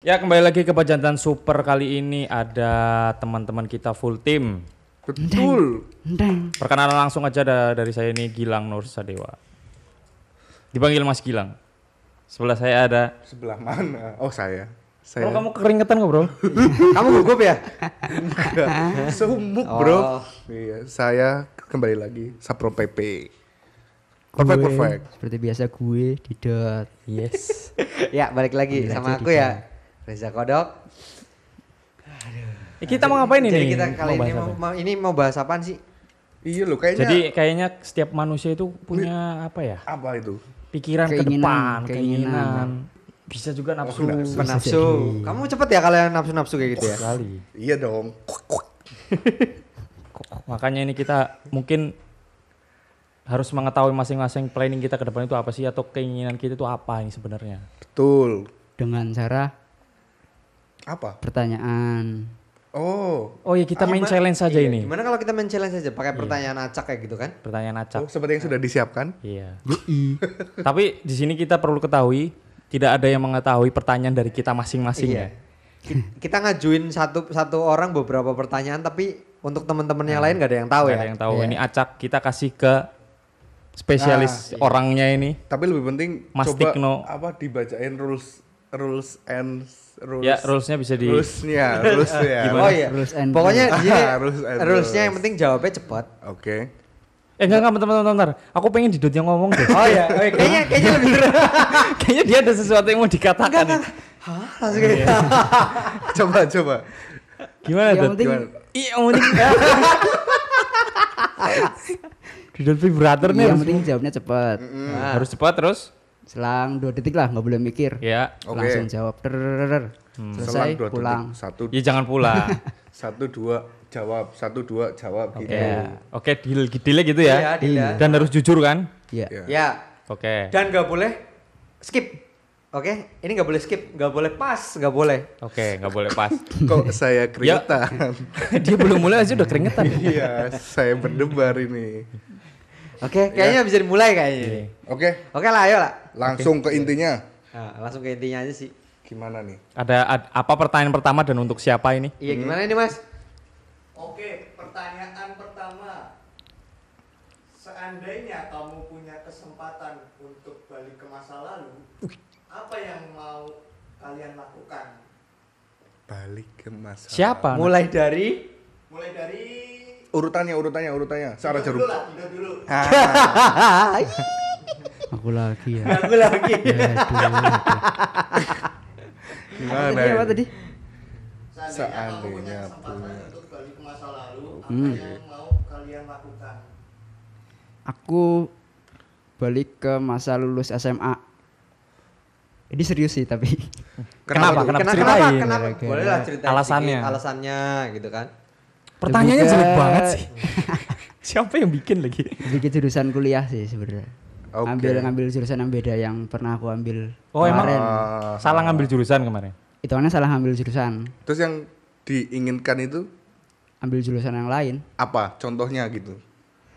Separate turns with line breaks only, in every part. Ya kembali lagi ke Pajantan Super kali ini ada teman-teman kita full team.
Betul.
Ndeng.
Perkenalan langsung aja da- dari saya ini Gilang Nur Sadewa. Dipanggil Mas Gilang. Sebelah saya ada.
Sebelah mana? Oh saya. Saya.
Bro, kamu keringetan kok bro?
Kamu gugup ya?
Semuk bro. Oh. Iya. Saya kembali lagi Sapro PP. Perfect
Gue,
perfect.
Seperti biasa gue didot.
Yes.
ya, balik lagi
Ambil
sama
aja
aku
di
ya. Reza Kodok.
Eh, kita mau ngapain ini?
Jadi kita kali
Mau
ini
bahas
mau,
apa?
mau- ini mau bahas apaan sih?
Iya loh kayaknya.
Jadi kayaknya setiap manusia itu punya apa ya?
apa itu?
Pikiran ke
Keinginan,
depan, keinginan.
keinginan.
Bisa juga nafsu.
Penafsu. Kamu cepet ya kalau yang nafsu-nafsu kayak gitu ya.
Sekali.
Iya dong.
Makanya ini kita mungkin harus mengetahui masing-masing planning kita ke depan itu apa sih atau keinginan kita itu apa ini sebenarnya.
Betul.
Dengan cara
Apa?
pertanyaan.
Oh.
Oh ya kita main
Gimana-
challenge saja
iya,
ini.
Gimana kalau kita main challenge saja pakai pertanyaan acak kayak gitu kan?
Pertanyaan acak.
Oh, seperti yang sudah disiapkan.
Iya. Tapi di sini kita perlu ketahui tidak ada yang mengetahui pertanyaan dari kita masing-masing ya.
Iya. Ki- Kita ngajuin satu satu orang beberapa pertanyaan tapi untuk teman-teman yang lain gak ada yang tahu
Nggak
ya.
ada yang tahu. Ini acak kita kasih ke
Ah, iya.
spesialis orangnya ini.
Tapi lebih penting
Mas
coba
Tikno.
apa dibacain rules rules and rules.
Ya rulesnya bisa di
Rulesnya, rulesnya.
Gimana?
Oh iya.
Rules and
Pokoknya di sini
Rules and
rules-nya yang
rules.
penting jawabnya cepet.
Oke.
Eh enggak enggak bentar, bentar, bentar. Aku pengen Didot yang ngomong deh.
Oh iya, oh iya. kayaknya kayaknya lebih seru.
Kayaknya dia ada sesuatu yang mau dikatakan. nih.
Hah, langsung kayak gitu.
Coba coba.
Gimana
Yang
Dot?
penting
Gimana?
Iya, yang penting. Didot vibrator nih
yang
harus,
penting jawabnya cepat.
Iya, Ah. harus cepat terus.
Selang dua detik lah, nggak boleh mikir.
Ya.
Oke.
Langsung jawab. Ter,
Hmm.
Selang
selesai
dua detik.
pulang.
Satu
Ya jangan pulang.
satu dua jawab satu dua jawab
Oke.
gitu.
Oke, deal dealnya gitu Iya. ya.
Iya, deal ya.
Dan harus jujur kan?
Ya.
Iya.
Ya,
Oke.
dan nggak boleh skip oke ini nggak boleh skip nggak boleh pas nggak boleh
Oke, nggak boleh pas.
Kok saya keringetan?
Dia belum mulai aja udah keringetan.
Iya, saya berdebar ini.
oke kayaknya bisa dimulai kayaknya ini.
Oke,
oke lah ayo lah
langsung ke intinya.
Nah, langsung ke intinya aja sih
Gimana nih?
Ada ad- apa pertanyaan pertama dan untuk siapa ini?
iya gimana ini mas
Oke, pertanyaan pertama. Seandainya kamu punya kesempatan untuk balik ke masa lalu, apa yang mau kalian lakukan?
Balik ke masa.
Siapa?
mulai dari
Mulai dari
Urutannya, urutannya, urutannya. Searah jeruk.
Tidur dulu lah, tidur dulu.
Aku lagi ya.
aku lagi
Gimana? Ah.
Tadi apa tadi?
Seandainya, kamu punya
Seandainya
kesempatan
punya.
untuk balik ke masa lalu, apa
Hmm.
yang mau kalian lakukan?
Aku balik ke masa lulus SMA. Ini serius sih tapi.
Kenapa? Kenapa?
kenapa kenapa,
Ceritain.
kenapa?
Oke.
boleh lah cerita
Alasannya.
alasannya gitu kan
Pertanyaannya
Terbuka.
jelek banget sih. siapa yang bikin lagi?
Bikin jurusan kuliah sih sebenarnya.
Oke.
Ambil ngambil jurusan yang beda yang pernah aku ambil.
Oh, emang
kemarin.
Ah.
salah ngambil jurusan kemarin.
Hitungannya salah ambil jurusan.
Terus yang diinginkan itu
Ambil jurusan yang lain.
apa? Contohnya gitu.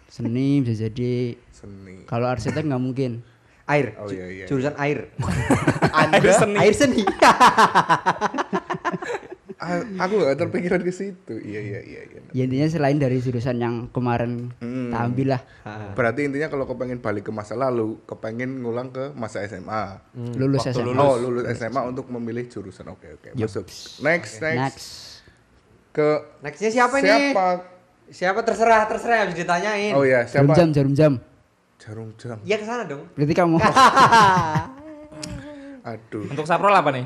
Seni bisa jadi
Seni.
kalau arsitek nggak mungkin.
air
Oh,
Ju-
iya, iya.
jurusan air
Air seni.
air seni
A- Ah, aku gak terpikiran ke situ. Iya, iya, iya, iya.
Ya intinya selain dari jurusan yang kemarin
Hmm.
tak ambil lah.
Berarti intinya kalau kepengen balik ke masa lalu, kepengen ngulang ke masa SMA.
Lulus
Waktu
SMA.
lulus. Oh, lulus SMA untuk memilih jurusan. Oke, oke. Masuk. Next, next.
Next.
Ke
nextnya Eh, siapa, ini
Siapa?
siapa terserah terserah habis ditanyain
Oh ya,
Jarum
siapa?
jam, jarum jam.
Jarum jam.
ya kesana dong
Berarti kamu
Aduh.
Untuk Saprol apa nih?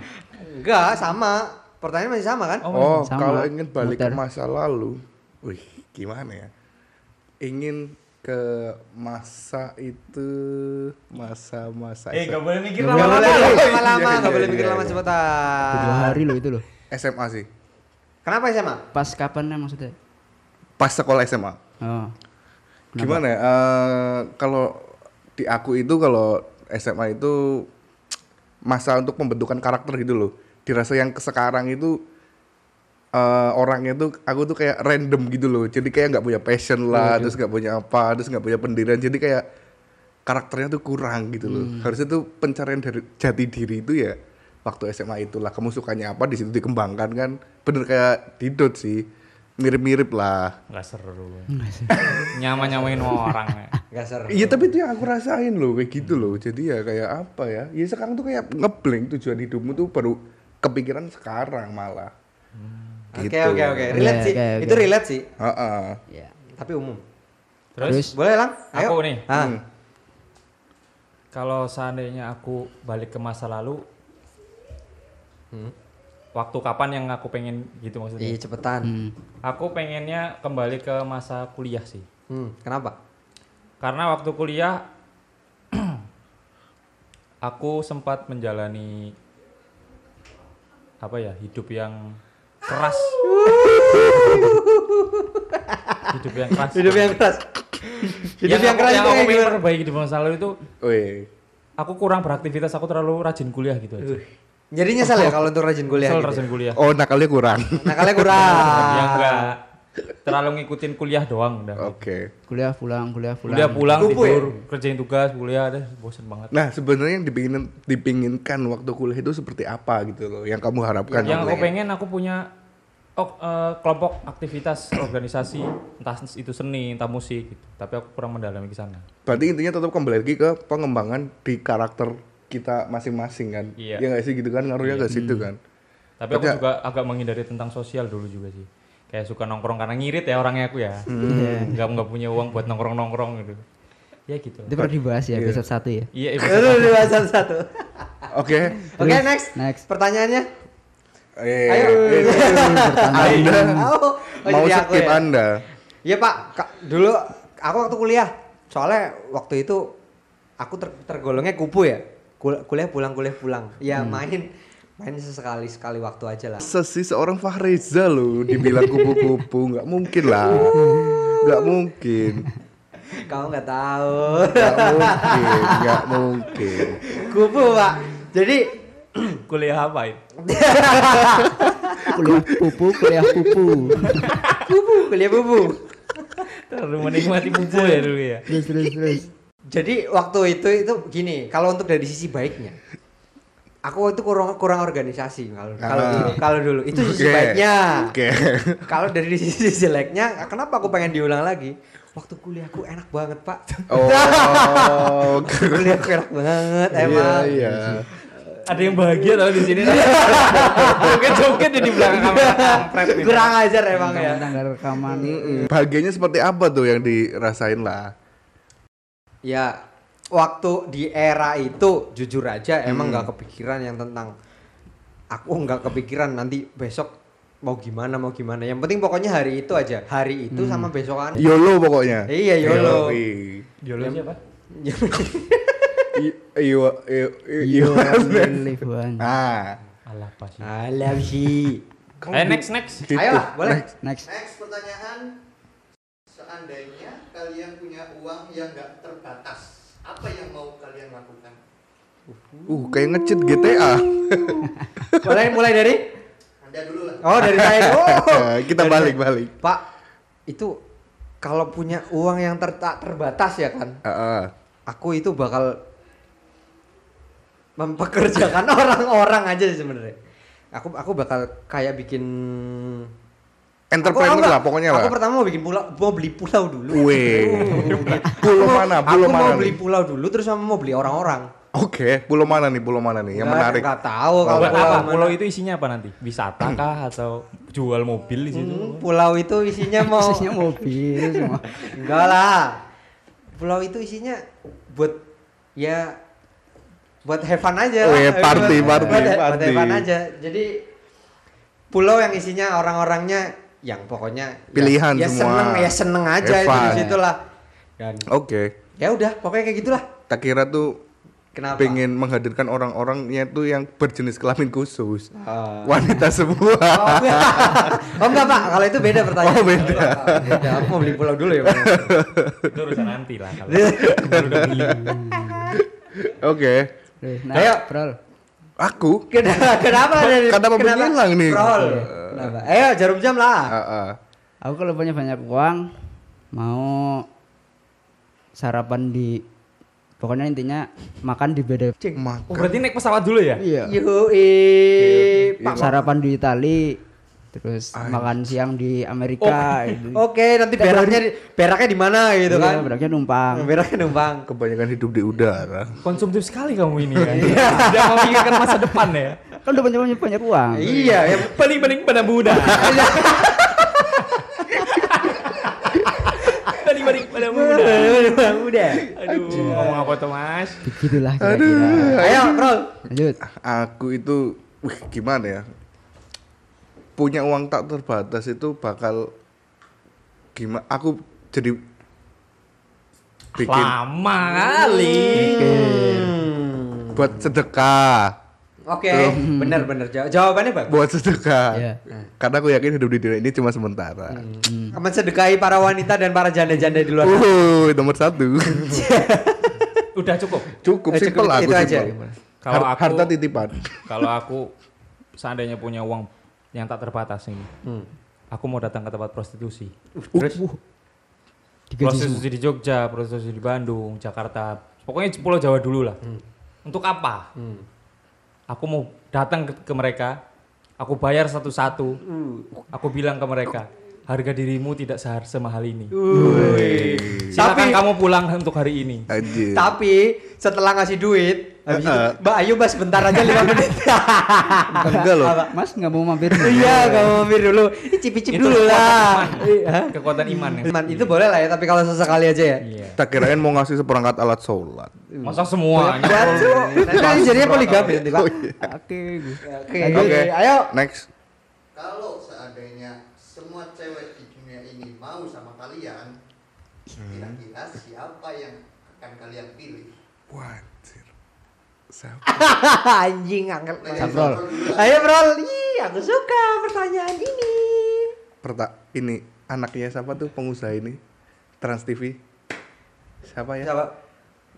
enggak sama pertanyaan masih sama kan
Oh,
sama.
kalau ingin balik ke
Muter.
masa lalu, wih, gimana ya? Ingin ke masa itu masa-masa
Eh, nggak
SMA.
boleh mikir
Gak
lama-lama.
boleh
lama.
mikir
Iya,
lama-lama,
iya,
gak boleh
iya,
mikir
iya.
lama cepetan.
dua hari loh itu loh.
SMA sih.
Kenapa sih emang?
Pas kapan ya maksudnya?
Pas sekolah SMA.
Oh.
Gimana ya? Eh, kalau di aku itu kalau SMA itu masa untuk pembentukan karakter gitu loh. Dirasa yang ke sekarang itu eh, orangnya tuh aku tuh kayak random gitu loh. Jadi kayak nggak punya passion lah, terus nggak punya apa, terus nggak punya pendirian. Jadi kayak karakternya tuh kurang gitu loh. Harusnya tuh pencarian dari jati diri itu ya waktu SMA itulah kamu sukanya apa di situ dikembangkan kan bener kayak didot sih mirip-mirip lah
Nggak seru. Nyama-nyamain orang. ya.
Gak seru.
iya tapi itu yang aku rasain loh kayak gitu loh jadi ya kayak apa ya ya sekarang tuh kayak ngeblank tujuan hidupmu tuh baru kepikiran sekarang malah
Hmm.
Gitu.
Oke oke Gitu. oke. Relate
Iya,
sih.
oke, oke.
Itu relate sih.
Heeh.
Ya.
Tapi umum.
Terus
Boleh lang? Ayo.
Aku nih.
Ah.
kalau seandainya aku balik ke masa lalu, waktu kapan yang aku pengen gitu maksudnya?
Iya cepetan.
Hmm.
Aku pengennya kembali ke masa kuliah sih.
Hmm, Kenapa?
Karena waktu kuliah aku sempat menjalani apa ya, hidup yang keras. hidup yang keras.
Hidup yang keras. Hidup
Ya,
yang
aku-
keras itu
aku
kayak gitu.
pengen
gimana?
perbaiki di masa lalu itu
Weh.
aku kurang beraktivitas, aku terlalu rajin kuliah gitu aja.
Jadi nyesel ya kalau untuk rajin kuliah
Soal
gitu
rajin
ya?
kuliah.
oh nakalnya kurang
Nah kalian kurang.
Ya enggak terlalu ngikutin kuliah doang udah.
Oh,
oke
Kuliah pulang, kuliah pulang.
Kuliah pulang
Kupu ya?
tidur, kerjain tugas, kuliah, deh bosen banget.
Nah, sebenarnya yang dipingin, dipinginkan waktu kuliah itu seperti apa gitu loh, yang kamu harapkan?
yang
gitu
aku
loh.
pengen aku punya ok- eh, kelompok aktivitas organisasi entah itu seni entah musik gitu. tapi aku kurang mendalami ke sana
Berarti intinya tetap kembali lagi ke pengembangan di karakter kita masing-masing kan?
Iya.
Ya nggak sih gitu kan, ngaruhnya nggak
Iya.
situ kan?
tapi aku juga agak menghindari tentang sosial dulu juga sih kayak suka nongkrong karena ngirit ya orangnya aku ya
Hmm.
nggak nggak punya uang buat nongkrong nongkrong gitu ya gitu
Itu pernah dibahas ya episode satu ya.
iya iya,
Itu di bahasan satu. Hmm.
Oke.
Oke
Terus,
next.
next.
Pertanyaannya.
Eh,
Ayo.
eh, Anda
Oh, oh,
mau
jadi aku
skip
ya.
Anda?
Iya pak, Ka- dulu aku waktu kuliah, soalnya waktu itu aku ter- tergolongnya kupu ya, Kul- kuliah pulang kuliah pulang, ya
Hmm.
main main sesekali sekali waktu aja lah.
Sesi seorang Fahreza loh, dibilang kupu-kupu, nggak mungkin lah, nggak mungkin,
Kamu nggak tahu,
nggak mungkin, nggak mungkin.
kupu pak. Jadi
kuliah apa ya? itu
Kuliah pupu, kuliah pupu.
kupu kuliah kupu.
terlalu menikmati buku ya dulu ya
terus terus terus.
Jadi waktu itu itu gini, kalau untuk dari sisi baiknya, aku itu kurang kurang organisasi kalau kalau
Ah.
dulu, kalau dulu itu sisi
Oke.
baiknya.
Oke.
Kalau dari sisi jeleknya, kenapa aku pengen diulang lagi? Waktu kuliahku enak banget pak.
Oh, oke.
kuliahku enak banget
Iya,
emang.
iya.
ada yang bahagia tau di sini joget joget di belakang kamera kampret nih.
Kurang ajar emang ya.
Rekaman tanggal rekaman.
Iya. Bahagianya seperti apa tuh yang dirasain lah?
Ya waktu di era itu jujur aja emang nggak kepikiran yang tentang aku nggak kepikiran nanti besok mau gimana mau gimana. Yang penting pokoknya hari itu aja. Hari itu sama besokan.
YOLO pokoknya.
Iya, YOLO.
I-
Yolo siapa?
i- Iyo, iyo, iyo.
You
Iya.
are live one.
Ah,
Alah apa sih?
I love you.
Eh next next.
gitu.
Ayo lah, boleh.
Next.
Next pertanyaan, seandainya kalian punya uang yang nggak terbatas, apa yang mau kalian lakukan?
Uh, kayak ngecet GTA.
Boleh mulai dari?
Anda dulu lah.
Oh dari saya. Oh.
Kita balik-balik.
Pak, itu kalau punya uang yang ter- tak terbatas ya kan,
Heeh.
aku itu bakal mempekerjakan orang-orang aja sih sebenarnya. Aku aku bakal kayak bikin
Entrepreneur
Aku- aku-
lah pokoknya lah.
Aku pertama mau bikin pulau, mau beli pulau dulu.
Weh.
Gitu.
Pulau mana?
Aku
Pulau
mau
mana?
beli
nih?
pulau dulu terus sama mau beli orang-orang.
Oke, pulau mana nih? Pulau mana nih yang
Nggak-
menarik?
nggak tahu kalau
Buat apa?
mana.
Pulau itu isinya apa nanti? Wisata kah atau jual mobil di situ?
Hmm, pulau itu isinya
Oh.
mau
Khususnya mobil semua.
Enggak lah. Pulau itu isinya buat ya buat have fun aja.
Oh, ya, party,
Eh, buat,
party,
buat, buat
party.
have fun aja. Jadi pulau yang isinya orang-orangnya yang pokoknya ya-
Pilihan
ya,
semua.
seneng ya seneng aja
Have
itu di
fun.
situ lah. Dan
Oke.
ya udah pokoknya kayak gitulah.
Tak kira tuh
Kenapa?
pengen menghadirkan orang-orangnya tuh yang berjenis kelamin khusus.
Ah.
Wanita semua.
Oh, oh enggak pak, kalau itu beda pertanyaan.
Oh, beda.
Beda, Aku mau beli pulau dulu ya. Pak.
Itu urusan nanti lah kalau kalau udah beli.
Oke.
Terus, nah,
Ayo.
Prol.
Aku
Kenapa? Kenapa? dari-
Kata pembeli
kenapa?
hilang nih. Ah,
Prol.
Eh.
Kenapa? Ayo jarum jam lah.
Heeh.
Aku kalau punya banyak uang mau sarapan di Pokoknya intinya makan di
Oh,
beda.
Makan.
berarti naik pesawat dulu ya?
Iya.
Yoi.
Iya.
Pak
Sarapan di Itali, terus
Anjing.
makan siang di Amerika. gitu.
Oke, nanti beraknya di- beraknya di mana Oh, gitu
Iya,
kan?
beraknya numpang.
Beraknya Iya, numpang.
Kebanyakan hidup di udara.
Konsumtif sekali kamu ini ya. Tidak memikirkan masa depan ya.
Kan udah banyak banyak banyak uang.
Iya, ya.
Paling-paling pada Buddha. Paling-paling pada Buddha.
Udah.
Aduh, ngomong apa tuh mas?
Begitulah kira-kira.
Aduh.
Ayo, Rol.
Lanjut.
Aku itu, wih gimana ya? Punya uang tak terbatas itu bakal gimana? Aku jadi bikin
Lama kali.
Hmm.
buat sedekah,
Oke, bener bener Jaw- jawabannya bagus.
buat sedekah.
Iya.
Karena aku yakin hidup di dunia ini cuma sementara.
Hmm. Mensedekahi para wanita dan para janda-janda di luar. sana.
Wuh, nomor satu.
Udah cukup.
Cukup
Eh,
simpel
cukup,
aku
itu aja.
simpel.
Kalau
Har-
aku-
harta titipan.
Kalau aku seandainya punya uang yang tak terbatas ini,
Hmm.
aku mau datang ke tempat prostitusi.
Terus
Digaji semua.
Prostitusi di Jogja, prostitusi di Bandung, Jakarta. Pokoknya Pulau Jawa dulu lah. Untuk apa?
Hmm.
Aku mau datang ke, ke mereka, aku bayar satu-satu. Aku bilang ke mereka, harga dirimu tidak sehar semahal ini. Silakan
Tapi-
kamu pulang untuk hari ini.
Anjir.
Tapi setelah ngasih duit, habis itu,
Heeh.
Mbak Ayu Mbak sebentar aja 5 menit.
Enggak loh.
Mas nggak mau mampir?
Iya, kamu mampir dulu. Icip-icip dulu lah. Iya.
Kekuatan iman. ya.
Man, itu boleh lah ya, tapi kalau sesekali aja ya.
Iya.
Tak kirain mau ngasih seperangkat alat sholat.
Masa semua?
Nanti kan jadinya poligami nanti, Pak.
Oke.
Oke.
Oke.
Eh, Ayo.
Next.
Kalau seandainya semua cewek di dunia ini mau sama kalian, kira-kira siapa yang akan kalian pilih?
Wajir.
Anjing angkel.
Sabrol.
Ayo, Bro. Ih, aku suka pertanyaan ini.
Perta ini anaknya siapa tuh pengusaha ini? Trans TV. Siapa ya?
Siapa?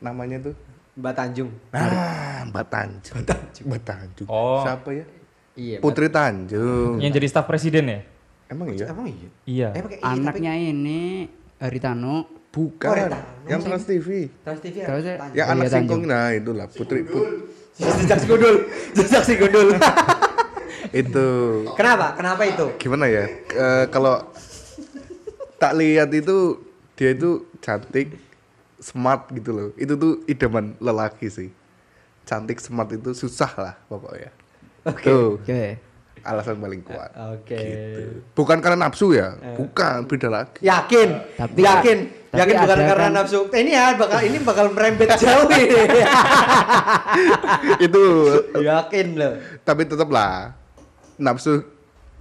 Namanya tuh?
Mbak Tanjung.
Ah, Mbak Tanjung. Mbak Tanjung.
Oh.
Siapa ya?
Iya.
Putri Tanjung.
Yang jadi staf presiden ya?
Emang iya?
Emang iya?
Iya.
Eh, pakai i,
Anaknya ini Haritano.
Bukan.
Oh, Rita.
yang Trans TV.
tapi- Trans TV ya?
Terus ya?
Tanjung.
Yang
Iya,
anak
Tanjung.
singkong nah itulah Putri Put-
Jejak si gundul. Jejak si gundul.
itu.
Kenapa? Kenapa itu?
Gimana ya? Eh, kalau tak lihat itu dia itu cantik, smart gitu loh. Itu tuh idaman lelaki sih. Cantik smart itu susah lah pokoknya.
Oke.
Tuh,
Oke.
alasan paling kuat.
Oke. Eh.
Gitu. Bukan karena nafsu ya? Bukan, beda lagi.
Yakin,
Tapi-
yakin,
tapi
yakin bukan
ada
karena
kan-
nafsu. Eh, Ini ya bakal ini bakal merembet jauh ini.
itu
yakin loh.
tapi tetap lah nafsu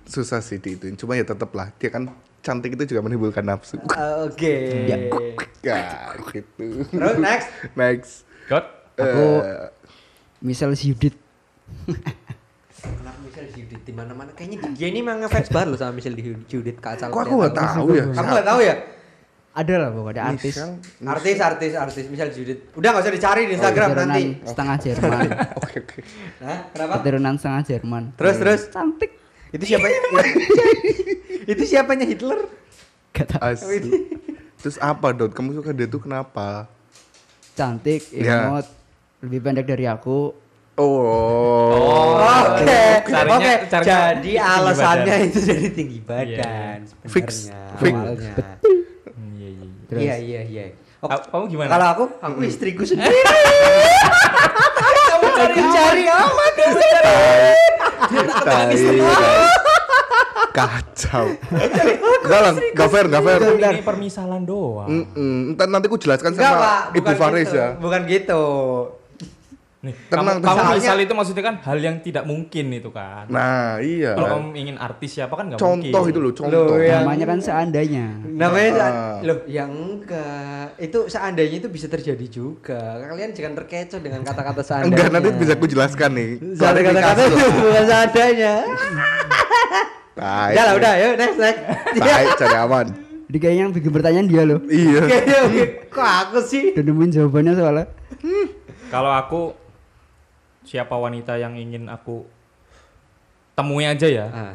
susah sih diituin. Cuma ya tetap lah dia kan cantik itu juga menimbulkan nafsu.
Oke.
Ya, gitu.
Terus next.
Next.
God?
Aku
Eh,
misal Yudit.
Anak Michelle Judit di mana-mana. Kayaknya dia ini emang ngefans banget loh sama Michelle Judit kacau.
Kok aku nggak tahu ya?
Kamu nggak tahu ya?
Ada lah pokoknya artis.
Michelle?
Artis, artis, artis Michelle Judit. Udah nggak usah dicari di
Oh,
Instagram
Keturunan
nanti.
setengah Jerman.
Oke oke.
Nah, kenapa?
Keturunan setengah Jerman. Iya.
Terus, terus.
Cantik.
Itu siapa? itu siapanya Hitler?
Gak tau.
Asu. Terus apa Dot? Kamu suka dia tuh kenapa?
Cantik,
Iya.
Ya.
imut, lebih pendek dari aku.
Oh.
Oke,
Carinya-
oke.
carinya
Jadi
tinggi badan.
alasannya itu jadi tinggi badan
Fix,
sebenarnya
fix.
awalnya.
Hmm, Iya, iya, iya.
Terus.
Iya iya iya. Oh,
Ah, kamu gimana?
Kalau aku, aku istriku sendiri. Kamu cari cari amat di sini.
Tai. Kacau. Enggak lah, enggak fair, enggak fair.
Ini permisalan doang.
Hmm. Mm-mm. Ntar nanti aku jelaskan
Enggak, Pak.
Kan sama Ibu
bukan
Faris
gitu.
ya.
Bukan gitu.
Nih, kamu,
Tenang,
kamu
tenang.
misal itu maksudnya kan hal yang tidak mungkin itu kan.
Nah, iya.
Kalau kamu ingin artis siapa kan nggak mungkin.
Contoh itu loh, contoh.
Loh, ya.
Namanya kan seandainya.
Namanya sa-
Ah.
loh, ya enggak. Itu seandainya itu bisa terjadi juga. Kalian jangan terkecoh dengan kata-kata seandainya.
Enggak, nanti bisa aku jelaskan nih.
Jangan kata-kata itu bukan seandainya.
Nah, Tai.
Ya lah udah, yuk next next.
Tai,
Ya,
cari aman.
Jadi kayaknya yang bikin pertanyaan dia loh.
Iya.
Oke, ya, oke. Kok aku sih?
Udah nemuin jawabannya soalnya.
Kalau aku siapa wanita yang ingin aku temui aja ya.
Ah.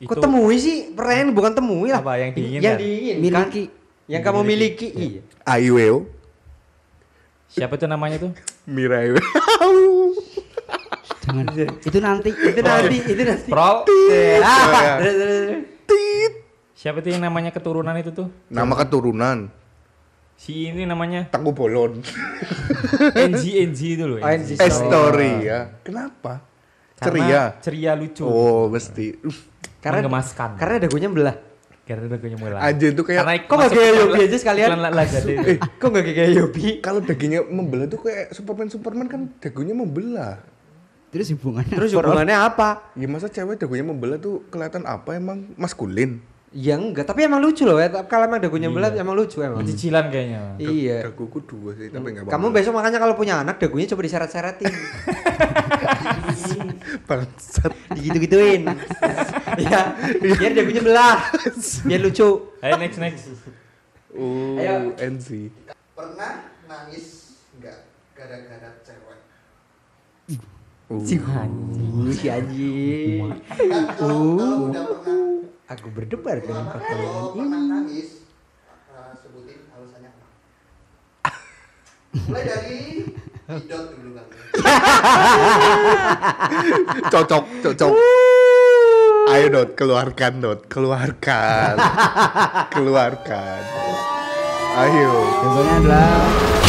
Itu
Kok temui sih? Pertanyaan bukan temui lah.
Apa yang diinginkan?
Yang diinginkan.
Miliki.
Yang kamu miliki. Iya.
Ayu Weo.
Siapa itu namanya tuh?
Mirai.
Jangan.
Iya.
itu nanti.
itu nanti itu nanti
Prol.
Ah, terus, terus, terus.
Siapa itu yang namanya keturunan itu tuh?
Nama keturunan
Si ini namanya
Tangguh Bolon.
NG NG itu loh. NG.
ONG. Sorry.
Eh, Story ya. Kenapa?
Karena
Ceria.
Ceria lucu.
Oh, mesti. Uff,
karena
Menggemaskan.
karena dagunya belah
Karena udah punya mulai.
Aja itu kayak
kok gak kayak Yobi aja sekalian
Iklan lah- lah jadi.
Eh, kok gak kayak Yobi
kalau dagingnya membelah tuh kayak Superman Superman kan dagunya membelah.
Terus hubungannya.
terus hubungannya apa
Ya masa cewek dagunya membelah tuh kelihatan apa emang maskulin?
ya enggak tapi emang lucu loh ya kalau emang dagunya belah emang lucu emang
Cicilan kayaknya.
iya
Daguku dua sih, tapi enggak
kamu besok makanya kalau punya anak dagunya coba diseret-seretin
bangsat.
digitu-gituin ya biar dagunya belah biar lucu
Ayo next next.
Oh,
Ayo.
NC.
Pernah nangis nggak gara-gara cewek?
Oh.
si anjing
Kan kalau, kalau udah pernah
aku berdebar dengan
Kalau
pertanyaan ini
pernah nangis, eh, sebutin alasannya apa? Mulai dari Didot dulu kali. ya.
Cocok, cocok. Ayo dot, keluarkan dot, keluarkan, keluarkan. Ayo.
Jawabannya adalah